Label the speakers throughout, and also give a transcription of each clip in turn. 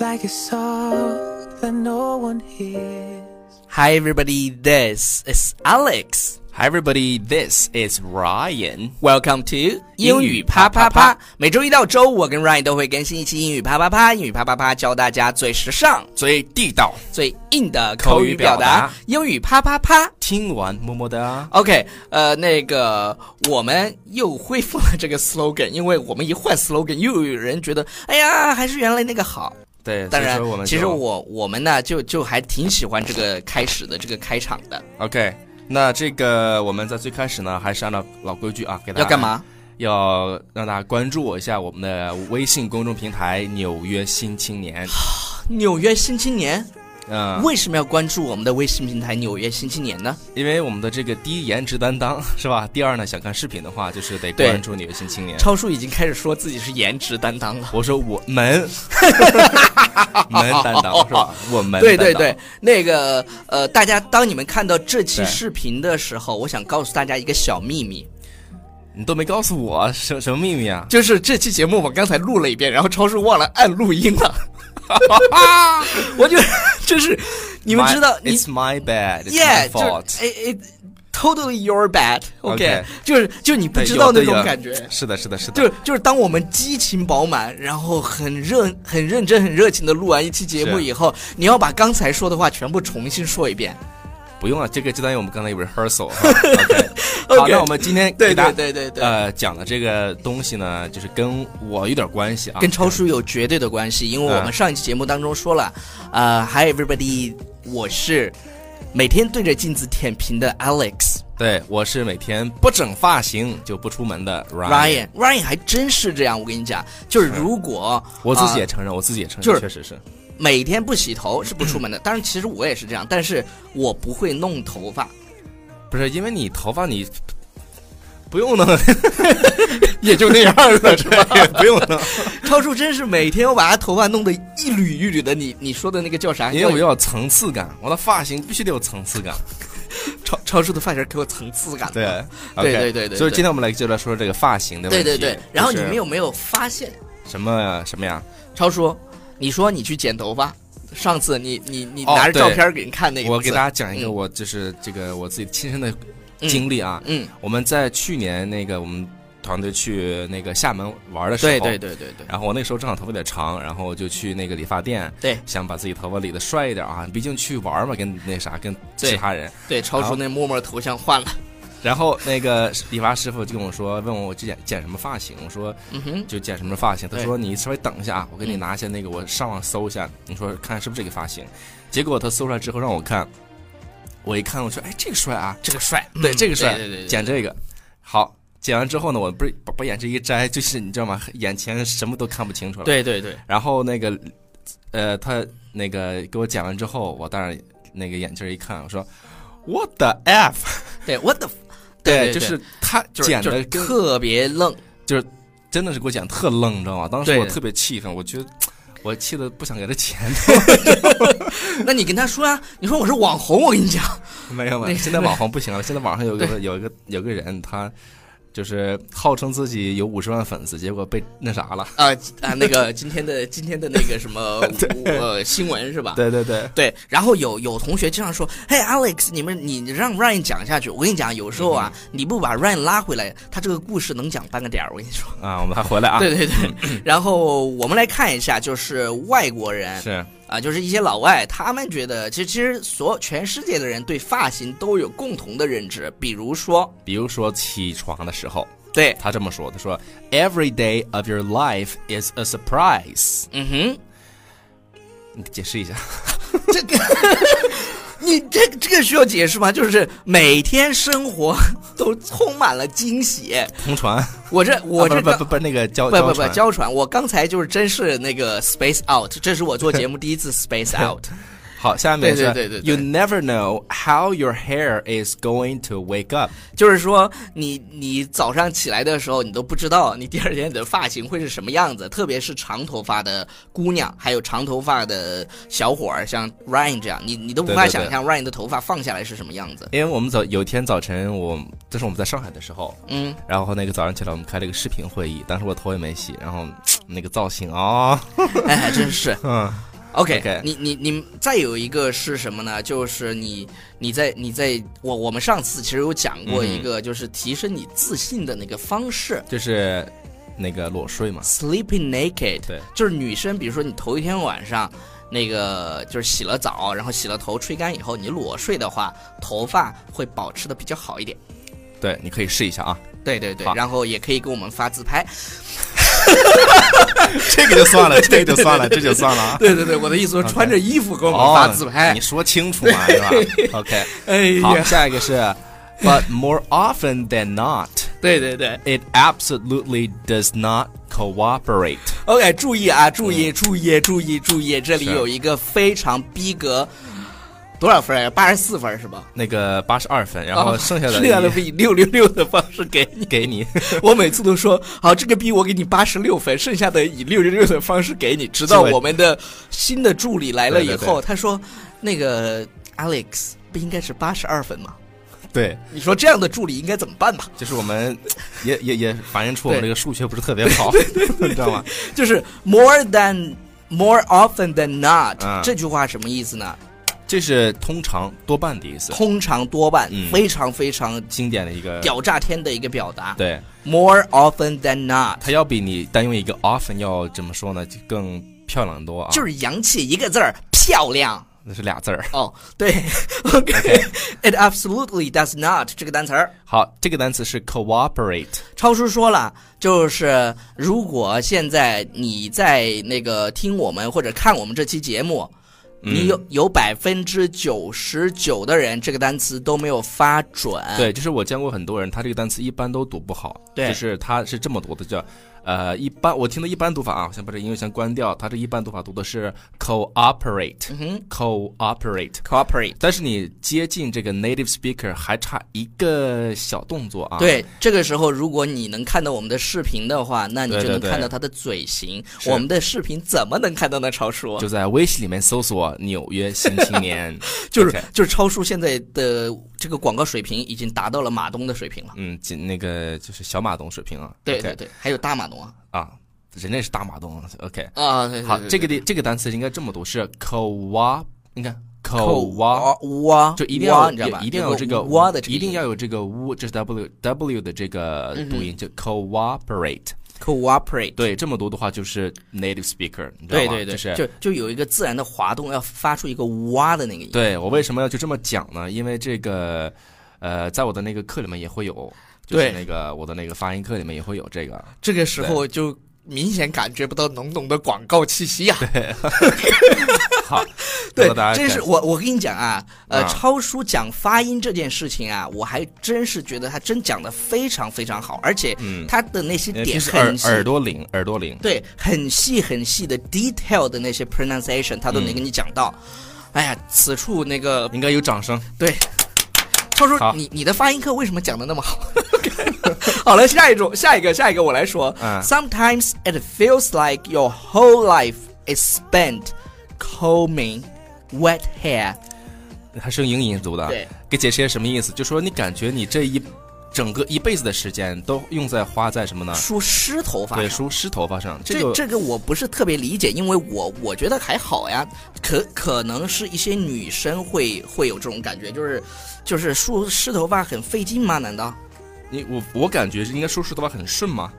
Speaker 1: like a song that no one hears.
Speaker 2: Hi everybody, this is Alex.
Speaker 3: Hi everybody, this is Ryan.
Speaker 2: Welcome to 英
Speaker 3: 英
Speaker 2: 语
Speaker 3: 语
Speaker 2: 啪
Speaker 3: 啪
Speaker 2: 啪
Speaker 3: 啪
Speaker 2: 啪
Speaker 3: 啪。
Speaker 2: 每周一到周五，我跟 Ryan 都会更新一期英语啪啪啪。英语啪啪啪教大家最时尚、
Speaker 3: 最地道，
Speaker 2: 最硬的口
Speaker 3: 口
Speaker 2: 语
Speaker 3: 语
Speaker 2: 表
Speaker 3: 表
Speaker 2: 达
Speaker 3: 达。
Speaker 2: 英语啪啪啪。
Speaker 3: 听完么么哒。
Speaker 2: OK，呃，那个我们又恢复了这个 slogan，因为我们一换 slogan，又有人觉得，哎呀，还是原来那个好。
Speaker 3: 对，
Speaker 2: 当然
Speaker 3: 所以说我，们
Speaker 2: 其实
Speaker 3: 就
Speaker 2: 我我们呢，就就还挺喜欢这个开始的这个开场的。
Speaker 3: OK。那这个我们在最开始呢，还是按照老规矩啊，给大家
Speaker 2: 要干？嘛？
Speaker 3: 要让大家关注我一下我们的微信公众平台《纽约新 青年》。
Speaker 2: 纽约新青年。
Speaker 3: 嗯，
Speaker 2: 为什么要关注我们的微信平台《纽约新青年》呢？
Speaker 3: 因为我们的这个第一颜值担当是吧？第二呢，想看视频的话，就是得
Speaker 2: 对
Speaker 3: 关注《纽约新青年》。
Speaker 2: 超叔已经开始说自己是颜值担当了。
Speaker 3: 我说我们门担当是吧？我们
Speaker 2: 对
Speaker 3: 担
Speaker 2: 对
Speaker 3: 当
Speaker 2: 对，那个呃，大家当你们看到这期
Speaker 3: 对
Speaker 2: 视频的时候，我想告诉大家一个小秘密，
Speaker 3: 你都没告诉我什什么秘密啊？
Speaker 2: 就是这期节目我刚才录了一遍，然后超叔忘了按录音了， 我就就是 你们
Speaker 3: My-
Speaker 2: 知道你
Speaker 3: It's my bad. It's
Speaker 2: yeah，
Speaker 3: my
Speaker 2: 就
Speaker 3: fault.
Speaker 2: 是哎哎，totally your bad，OK，、
Speaker 3: OK
Speaker 2: 就是就是你不
Speaker 3: 对
Speaker 2: 知道
Speaker 3: 有的
Speaker 2: 那种
Speaker 3: 有
Speaker 2: 感觉。
Speaker 3: 是的，是的，是的。
Speaker 2: 就是就是当我们激情饱满，然后很热、很认真、很热情的录完一期节目
Speaker 3: 是
Speaker 2: 以后，你要把刚才说的话全部重新说一遍。
Speaker 3: 不用了，这个就当于我们刚才有 rehearsal 哈。OK，好，
Speaker 2: OK
Speaker 3: 那我们今天
Speaker 2: 对
Speaker 3: 给大
Speaker 2: 对对
Speaker 3: 家
Speaker 2: 对对，
Speaker 3: 呃讲的这个东西呢，就是跟我有点关系啊，
Speaker 2: 跟超叔有绝对的关系，因为我们
Speaker 3: 嗯
Speaker 2: 上一期节目当中说了，呃，Hi everybody，我是每天对着镜子舔屏的 Alex
Speaker 3: 对我是每天不整发型就不出门的 Ryan，
Speaker 2: Ryan Ryan 还真是这样，我跟你讲，就是如果
Speaker 3: 我自己
Speaker 2: 啊
Speaker 3: 也承认，我自己也承
Speaker 2: 就是
Speaker 3: 认，确实是。
Speaker 2: 每天不洗头是不出 门的，当然其实我也是这样，但是我不会弄头发，
Speaker 3: 不是因为你头发你不用 弄，也就那样了， 是吧？也不用 弄，
Speaker 2: 超叔真是每天我把他头发弄得一缕一缕的，你你说的那个叫啥？
Speaker 3: 因为我要有层次感，我的发型必须得有层次感。
Speaker 2: 超超叔的发型给我层次感。
Speaker 3: 对，
Speaker 2: 对
Speaker 3: OK
Speaker 2: 啊对对对
Speaker 3: 所以
Speaker 2: 对
Speaker 3: 今天我们来就来说这个发型的问
Speaker 2: 对
Speaker 3: 题。
Speaker 2: 对对，然后
Speaker 3: 就
Speaker 2: 你
Speaker 3: 是
Speaker 2: 们有没有发现，
Speaker 3: 什么什么呀？
Speaker 2: 超叔，你说你去剪头发，上次你你你
Speaker 3: 哦
Speaker 2: 拿着
Speaker 3: 对
Speaker 2: 照片给人看那个，
Speaker 3: 我给大，家讲一个
Speaker 2: 嗯
Speaker 3: 我就是这个我自己亲身的经历啊。
Speaker 2: 嗯，
Speaker 3: 我们在去年那个我们团队去那个厦门玩的时候，
Speaker 2: 对对。对对对
Speaker 3: 然后我那时候正好头发有点长，然后我就去那个理发店，
Speaker 2: 对
Speaker 3: 想把自己头发理的帅一点啊，毕竟去玩嘛，跟那啥，跟
Speaker 2: 对
Speaker 3: 其他人。
Speaker 2: 对，超叔
Speaker 3: 好
Speaker 2: 那默默头像换了，
Speaker 3: 然后那个理发师傅就跟我说，问我我剪剪什么发型，我说
Speaker 2: 嗯哼，
Speaker 3: 就剪什么发型。他
Speaker 2: 对嗯
Speaker 3: 说你稍微等一下啊，我给你拿一下那个，我上网搜一下，你说看是不是这个发型。结果他搜出来之后让我看，我一看我说哎这个帅啊，
Speaker 2: 这个帅，
Speaker 3: 对这个帅
Speaker 2: 对对对，
Speaker 3: 剪这个好。剪完之后呢，我不是把把眼这一摘，就是你知道吗？眼前什么都看不清楚了。。
Speaker 2: 对对对，
Speaker 3: 然后那个，呃，他那个给我剪完之后，我当然那个眼镜一看，我说 What the f？
Speaker 2: 对我的，对，
Speaker 3: 就是他
Speaker 2: 就是
Speaker 3: 剪
Speaker 2: 就是
Speaker 3: 的跟
Speaker 2: 特别愣，
Speaker 3: 真的是给我剪特愣，你知道吗？当时
Speaker 2: 对
Speaker 3: 我特别气愤，我觉 得我气得不想给他钱。
Speaker 2: 那你跟他说啊，你说我是网红，我跟你讲，
Speaker 3: 没有没
Speaker 2: 那
Speaker 3: 有，
Speaker 2: 个
Speaker 3: 现在网红不行 了，现在网上有个有一个有个人，他就是号称自己有五十万粉丝，结果被那啥了。
Speaker 2: 啊啊，那个今天的今天的那个什么 呃新闻是吧？
Speaker 3: 对对对，
Speaker 2: 对，然后有有同学经常说，嘿 Alex，你们你让 Ryan 讲下去，我跟你讲，有时候啊，
Speaker 3: 嗯
Speaker 2: 你不把 Ryan 拉回来，他这个故事能讲半个点儿，我跟你说。
Speaker 3: 啊，我们还回来啊。
Speaker 2: 对对对，然后我们来看一下，就是外国人
Speaker 3: 是
Speaker 2: 啊，就是一些老外，他们觉得，其实其实所有全世界的人对发型都有共同的认知，比如说，
Speaker 3: 比如说起床的时候，
Speaker 2: 对，
Speaker 3: 他这么说，他说 Every day of your life is a surprise。
Speaker 2: 嗯哼，
Speaker 3: 你解 释一下。
Speaker 2: 这个，你这这个需要解释吗？就是每天生活都充满了惊喜。
Speaker 3: 同船，
Speaker 2: 我这 我这
Speaker 3: 啊不
Speaker 2: 个
Speaker 3: 不不不那个交
Speaker 2: 不不不
Speaker 3: 船
Speaker 2: 娇喘，我刚才就是真是那个 space out，这是我做节目第一次 space out。
Speaker 3: 好，下面是
Speaker 2: 对对对对对
Speaker 3: You never know how your hair is going to wake up。
Speaker 2: 就是说你你早上起来的时候，你都不知道你第二天你的发型会是什么样子，特别是长头发的姑娘，还有长头发的小伙儿，像 Ryan 这样，你你都无法
Speaker 3: 对对对
Speaker 2: 想象 Ryan 的头发放下来是什么样子。
Speaker 3: 因为我们早有一天早晨，我这是我们在上海的时候，
Speaker 2: 嗯，
Speaker 3: 然后那个早上起来我们开了一个视频会议，当时我头也没洗，然后那个造型啊、哦，
Speaker 2: 哎，还真是。
Speaker 3: 嗯，
Speaker 2: OK，,
Speaker 3: OK
Speaker 2: 你你你再有一个是什么呢？就是你你在你在我我们上次其实有讲过一
Speaker 3: 嗯
Speaker 2: 个，就是提升你自信的那个方式、
Speaker 3: 就是那个裸睡嘛。
Speaker 2: s l e e p i n g naked，
Speaker 3: 对，
Speaker 2: 就是女生，比如说你头一天晚上。那个就是洗了澡，然后洗了头，吹干以后，你裸睡的话，头发会保持的比较好一点。
Speaker 3: 对，你可以试一下啊，
Speaker 2: 对对对
Speaker 3: 好，
Speaker 2: 然后也可以给我们发自拍。
Speaker 3: 这个就算了，这个就算了，这就算了 啊。
Speaker 2: 对对对，我的意思说
Speaker 3: OK
Speaker 2: 穿着衣服给我们
Speaker 3: 哦，
Speaker 2: 发自拍
Speaker 3: 你。说清楚嘛， 对吧？OK，
Speaker 2: 哎
Speaker 3: 好，
Speaker 2: 呀，
Speaker 3: 下一个是，But more often than not,
Speaker 2: 对对对
Speaker 3: it absolutely does not cooperate。
Speaker 2: ，OK，注意啊，注意注意注意注意，这里
Speaker 3: 嗯是
Speaker 2: 有一个非常逼格，多少分啊？八十四分是吧？哦
Speaker 3: 那个八十二分，然后哦剩下的
Speaker 2: 剩下的会以六六六的方式给 你。
Speaker 3: 给你，
Speaker 2: 我每次都说好，这个逼我给你八十六分，剩下的以六六六的方式给你。直到
Speaker 3: 结果
Speaker 2: 我们的新的助理来了以
Speaker 3: 对对对
Speaker 2: 后，他说：“那个 Alex 不应该是八十二分吗？”
Speaker 3: 对，
Speaker 2: 你说这样的助理应该怎么办吧？
Speaker 3: 就是我们也也也反映出我们
Speaker 2: 对
Speaker 3: 这个数学不是特别好， 你知道吗？
Speaker 2: 就是 more than more often than not、
Speaker 3: 嗯
Speaker 2: 这句话什么意思呢？
Speaker 3: 这是通常多半的意思，
Speaker 2: 通常多半，
Speaker 3: 嗯
Speaker 2: 非常非常
Speaker 3: 经典的一个，
Speaker 2: 屌炸天的一个表达。
Speaker 3: 对，
Speaker 2: more often than not，
Speaker 3: 它要比你单用一个 often 要怎么说呢，就更漂亮多啊，
Speaker 2: 就是洋气一个字儿，漂亮。
Speaker 3: 那是俩字儿。
Speaker 2: 哦，对 ，OK，it、absolutely does not 这个单词儿。
Speaker 3: 好，这个单词是 cooperate，
Speaker 2: 超叔说了，就是如果现在你在那个听我们或者看我们这期节目，
Speaker 3: 嗯
Speaker 2: 你有有百分之九十九的人这个单词都没有发准。
Speaker 3: 对，就是我见过很多人，他这个单词一般都读不好，
Speaker 2: 嗯对
Speaker 3: 就是他是这么读的，叫呃一般我听的一般读法啊，我先把这音乐先关掉，他这一般读法读的是 cooperate，cooperate、cooperate
Speaker 2: ，cooperate。
Speaker 3: 但是你接近这个 native speaker 还差一个小动作啊。
Speaker 2: 对，这个时候如果你能看到我们的视频的话，那你
Speaker 3: 对
Speaker 2: 就
Speaker 3: 对
Speaker 2: 能
Speaker 3: 对
Speaker 2: 看到他的嘴型。
Speaker 3: 是
Speaker 2: 我们的视频怎么能看到呢？超叔
Speaker 3: 就在微信里面搜索“纽约新青年”，
Speaker 2: 就是
Speaker 3: OK
Speaker 2: 就是超叔现在的这个广告水平已经达到了马东的水平了。
Speaker 3: 嗯，仅那个就是小马东水平啊。
Speaker 2: 对
Speaker 3: OK
Speaker 2: 对对，还有大马东啊
Speaker 3: 啊，人家是大马东。OK，
Speaker 2: 啊，对
Speaker 3: 好，
Speaker 2: 对对
Speaker 3: 这个地这个单词应该这么读是 co 你看
Speaker 2: 口
Speaker 3: co 哇。
Speaker 2: 哇，
Speaker 3: 就一定要
Speaker 2: 哇你知道吧？
Speaker 3: 一定要有这个
Speaker 2: 哇的这个
Speaker 3: 一
Speaker 2: 音，嗯
Speaker 3: 定要有这个 w，这是 w w 的这个读音，就 cooperate。
Speaker 2: cooperate。
Speaker 3: 对，这么读的话就是 native speaker，你知道
Speaker 2: 对
Speaker 3: 吗？
Speaker 2: 对对，
Speaker 3: 就是
Speaker 2: 就就有一个自然的滑动，要发出一个哇的那个音。
Speaker 3: 对我为什么要就这么讲呢？因为这个，呃，在我的那个课里面也会有，就是
Speaker 2: 对
Speaker 3: 那个我的那个发音课里面也会有这个。
Speaker 2: 这个时候就明显感觉不到浓浓的广告气息啊呀、
Speaker 3: 好，
Speaker 2: 对，
Speaker 3: 大家
Speaker 2: 真是我我跟你讲啊，呃，
Speaker 3: 啊
Speaker 2: 超叔讲发音这件事情啊，我还真是觉得他真讲的非常非常好，而且
Speaker 3: 嗯
Speaker 2: 他的那些
Speaker 3: 因为
Speaker 2: 点
Speaker 3: 平时耳
Speaker 2: 很细，
Speaker 3: 耳朵灵，耳朵灵。
Speaker 2: 对，很细很细的 detail 的那些 pronunciation，他都能
Speaker 3: 嗯
Speaker 2: 给你讲到。哎呀，此处那个
Speaker 3: 应该有掌声。
Speaker 2: 对，超叔
Speaker 3: 好，
Speaker 2: 你你的发音课为什么讲的那么 好？好了，下一种，下一个，下一个，我来说。
Speaker 3: 嗯
Speaker 2: Sometimes it feels like your whole life is spent combing wet hair。
Speaker 3: 它是用英音读的，
Speaker 2: 对，
Speaker 3: 给解释一下什么意思？就说你感觉你这一整个一辈子的时间都用在花在什么呢？
Speaker 2: 梳湿头发
Speaker 3: 啊对，
Speaker 2: 上。
Speaker 3: 梳湿头发上。
Speaker 2: 这
Speaker 3: 个
Speaker 2: 这个我不是特别理解，因为我我觉得还好呀，可可能是一些女生会会有这种感觉，就是就是梳湿头发很费劲吗？难道？
Speaker 3: 你我我感觉是应该梳湿头发很顺吗？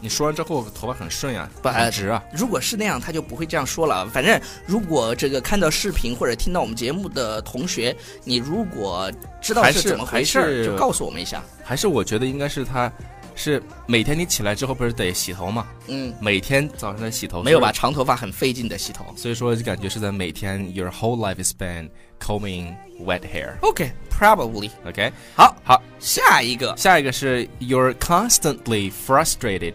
Speaker 3: 你梳完之后头发很顺呀、
Speaker 2: 不呃
Speaker 3: 很直啊。
Speaker 2: 如果是那样，他就不会这样说了。反正如果这个看到视频或者听到我们节目的同学，你如果知道
Speaker 3: 还
Speaker 2: 是
Speaker 3: 是
Speaker 2: 怎么回事
Speaker 3: 还
Speaker 2: 儿，
Speaker 3: 是
Speaker 2: 就告诉我们一下。
Speaker 3: 还是我觉得应该是他，是每天你起来之后不是得洗头吗？
Speaker 2: 嗯，
Speaker 3: 每天早上在洗头
Speaker 2: 没有吧？
Speaker 3: 所
Speaker 2: 长头发很费劲的洗头。
Speaker 3: 以？所以说就感觉是在每天 your whole life is spent combing wet hair。
Speaker 2: OK，probably、
Speaker 3: OK，
Speaker 2: 好，
Speaker 3: 好，
Speaker 2: 下一个
Speaker 3: 下一个是 you're constantly frustrated。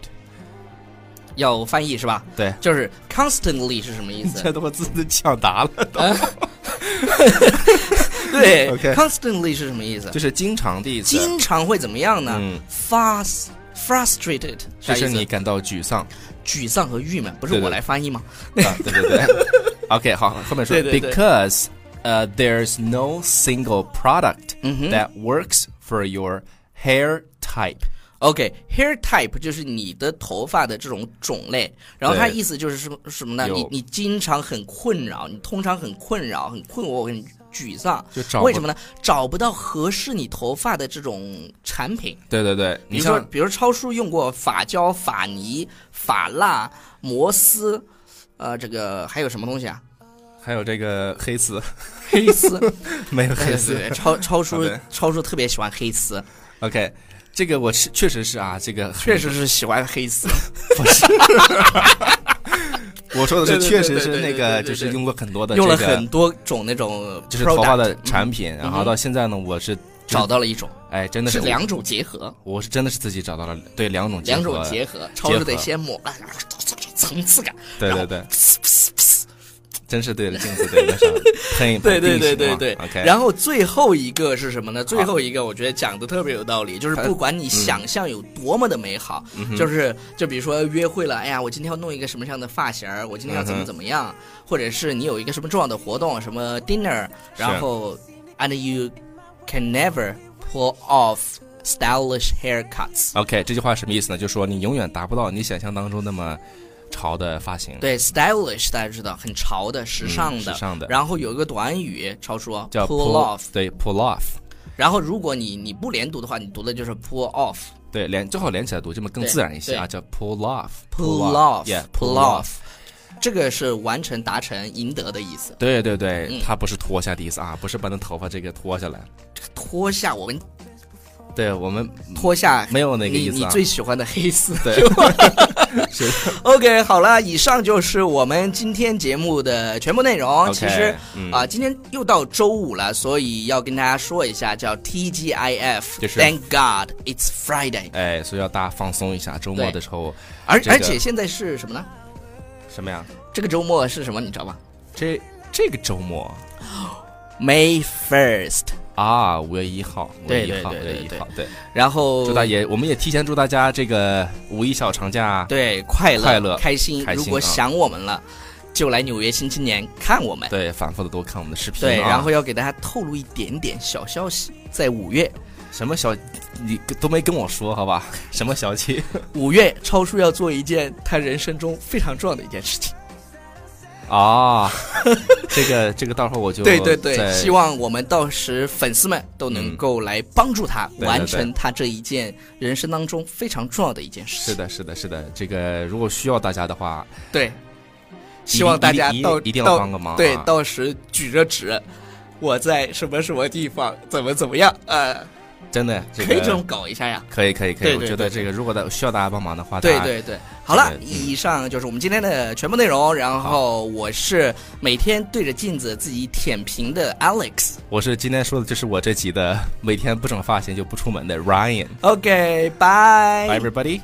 Speaker 2: 要翻译是吧？
Speaker 3: 对，
Speaker 2: 就是 constantly 是什么意思？
Speaker 3: 这都我自己抢答了，
Speaker 2: 对
Speaker 3: OK
Speaker 2: ，constantly 是什么意思？
Speaker 3: 就是经常的意思，
Speaker 2: 经常会怎么样呢、
Speaker 3: 嗯
Speaker 2: f a s frustrated 啥
Speaker 3: 就
Speaker 2: 意思？
Speaker 3: 是你感到沮丧。
Speaker 2: 沮丧和郁闷，不是
Speaker 3: 对对
Speaker 2: 我来翻译吗？
Speaker 3: 啊，对对对。OK，好， 后面说
Speaker 2: 对对对
Speaker 3: because 呃、there's no single product
Speaker 2: 嗯哼
Speaker 3: that works for your hair type。
Speaker 2: OK，hair、type 就是你的头发的这种种类，然后它
Speaker 3: 对
Speaker 2: 意思就是什么什么呢？
Speaker 3: 有
Speaker 2: 你你经常很困扰，你通常很困扰、很困惑、很沮丧，
Speaker 3: 就找
Speaker 2: 为什
Speaker 3: 么？
Speaker 2: 么呢？找不到合适你头发的这种产品，
Speaker 3: 对对对，
Speaker 2: 比
Speaker 3: 你
Speaker 2: 如说
Speaker 3: 像
Speaker 2: 比如超叔用过发胶、发泥、发蜡、摩丝，呃，这个还有什么东西啊？
Speaker 3: 还有这个黑丝，
Speaker 2: 黑 丝，
Speaker 3: 没有黑
Speaker 2: 对
Speaker 3: 丝
Speaker 2: 对，对，超超
Speaker 3: 好
Speaker 2: 叔
Speaker 3: 的
Speaker 2: 超叔特别喜欢黑丝，
Speaker 3: OK，这个我是确实是啊， 这个
Speaker 2: 确实是喜欢黑丝。
Speaker 3: 不是。 我说的
Speaker 2: 对
Speaker 3: 是，
Speaker 2: 对
Speaker 3: 确实是
Speaker 2: 对对
Speaker 3: 那
Speaker 2: 对
Speaker 3: 个，
Speaker 2: 对对
Speaker 3: 就是
Speaker 2: 对
Speaker 3: 用过很多的，
Speaker 2: 用了很，多种那种
Speaker 3: 就是头发
Speaker 2: product，嗯
Speaker 3: 的产品，然后到现在呢，我是
Speaker 2: 找，到了一种，
Speaker 3: 哎，真的
Speaker 2: 是
Speaker 3: 是，
Speaker 2: 两种结合，
Speaker 3: 我是真的是自己找到了对两种
Speaker 2: 两
Speaker 3: 合
Speaker 2: 种结合，超叔得先抹，哎层次感，
Speaker 3: 对
Speaker 2: 然
Speaker 3: 对
Speaker 2: 后
Speaker 3: 对，真是对着镜子对着上喷一
Speaker 2: 对
Speaker 3: 喷，
Speaker 2: 对对
Speaker 3: 定型
Speaker 2: 对
Speaker 3: 嘛
Speaker 2: 对。
Speaker 3: 啊，OK，
Speaker 2: 然后最后一个是什么呢？最后一个我觉得讲的特别有道理，就是不管你想象有多么的美好，
Speaker 3: 嗯
Speaker 2: 就是就比如说约会了，哎呀，我今天要弄一个什么样的发型儿，我今天要怎
Speaker 3: 嗯
Speaker 2: 么
Speaker 3: 哼
Speaker 2: 怎么样，或者是你有一个什么重要的活动，什么 dinner，然后 and you can never pull off stylish haircuts。
Speaker 3: OK，这句话什么意思呢？就是说你永远达不到你想象当中那么潮的发型，
Speaker 2: 对，stylish 大家知道，很潮的、时
Speaker 3: 嗯，
Speaker 2: 尚的。
Speaker 3: 时尚的，
Speaker 2: 然后有一个短语，超说
Speaker 3: 叫
Speaker 2: pull off。
Speaker 3: 对 pull off，
Speaker 2: 然后如果你你不连读的话，你读的就是 pull off。
Speaker 3: 对连最好连起来读，这么更
Speaker 2: 对
Speaker 3: 自然一些啊，
Speaker 2: 对
Speaker 3: 叫 pull off，pull
Speaker 2: pull off，
Speaker 3: off，yeah，pull
Speaker 2: off，这个是完成、达成、赢得的意思。
Speaker 3: 对对对，
Speaker 2: 嗯
Speaker 3: 它不是脱下的意思啊，不是把那头发这个脱下来。
Speaker 2: 脱下我们
Speaker 3: 对我们
Speaker 2: 脱下
Speaker 3: 没有那个
Speaker 2: 你
Speaker 3: 意思啊
Speaker 2: 你最喜欢的黑丝。
Speaker 3: 对是
Speaker 2: OK，好了，以上就是我们今天节目的全部内容。
Speaker 3: OK，
Speaker 2: 其实
Speaker 3: 嗯
Speaker 2: 啊、今天又到周五了，所以要跟大家说一下，叫 TGIF、
Speaker 3: 就是
Speaker 2: Thank God It's Friday
Speaker 3: 哎，所以要大家放松一下，周末
Speaker 2: 对
Speaker 3: 的时候
Speaker 2: 而。
Speaker 3: 这个
Speaker 2: 而且现在是什么呢？
Speaker 3: 什么呀？
Speaker 2: 这个周末是什么？你知道吗
Speaker 3: 这这个周末
Speaker 2: ？May first。
Speaker 3: 啊，五月一号，五月
Speaker 2: 对
Speaker 3: 一号，五
Speaker 2: 对对
Speaker 3: 月
Speaker 2: 对
Speaker 3: 一
Speaker 2: 对
Speaker 3: 号，对，
Speaker 2: 然后
Speaker 3: 祝大爷，我们也提前祝大家这个五一小长假。
Speaker 2: 对，快乐、
Speaker 3: 快乐
Speaker 2: 开心。
Speaker 3: 开心
Speaker 2: 如果
Speaker 3: 啊
Speaker 2: 想我们了，就来纽约新青年看我们。
Speaker 3: 对，反复的多看我们的视频啊。
Speaker 2: 对，然后要给大家透露一点点小消息，在五月，
Speaker 3: 什么小，你都没跟我说好吧？什么小气？
Speaker 2: 五月超叔要做一件他人生中非常重要的一件事情。
Speaker 3: 啊，这个这个，到时候我就
Speaker 2: 对对对，
Speaker 3: 在
Speaker 2: 希望我们到时粉丝们都能
Speaker 3: 嗯
Speaker 2: 够来帮助他
Speaker 3: 对对
Speaker 2: 完
Speaker 3: 对
Speaker 2: 成他这一件人生当中非常重要的一件事
Speaker 3: 是
Speaker 2: 情。
Speaker 3: 的，是的，是的。这个如果需要大家的话，
Speaker 2: 对，希望大家
Speaker 3: 一定
Speaker 2: 到
Speaker 3: 一定一定要
Speaker 2: 到
Speaker 3: 帮个忙啊
Speaker 2: 对，到时举着纸，我在什么什么地方，怎么怎么样，呃，
Speaker 3: 真的这
Speaker 2: 可以
Speaker 3: 个
Speaker 2: 这种搞一下呀。
Speaker 3: 可以可以可
Speaker 2: 对
Speaker 3: 以，我
Speaker 2: 对
Speaker 3: 觉
Speaker 2: 对
Speaker 3: 得这个如果大需要大家帮忙的话，
Speaker 2: 对
Speaker 3: 大家
Speaker 2: 对对，好了
Speaker 3: 这，个嗯
Speaker 2: 以上就是我们今天的全部内容。然后我是每天对着镜子自己舔屏的 Alex。
Speaker 3: 我是今天说的就是我这集的每天不整发型就不出门的 Ryan。
Speaker 2: OK，
Speaker 3: Bye everybody.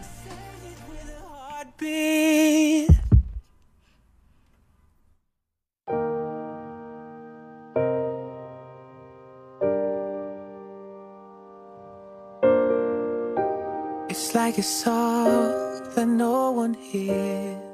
Speaker 1: Heartbeat. It's like a song that no one hears.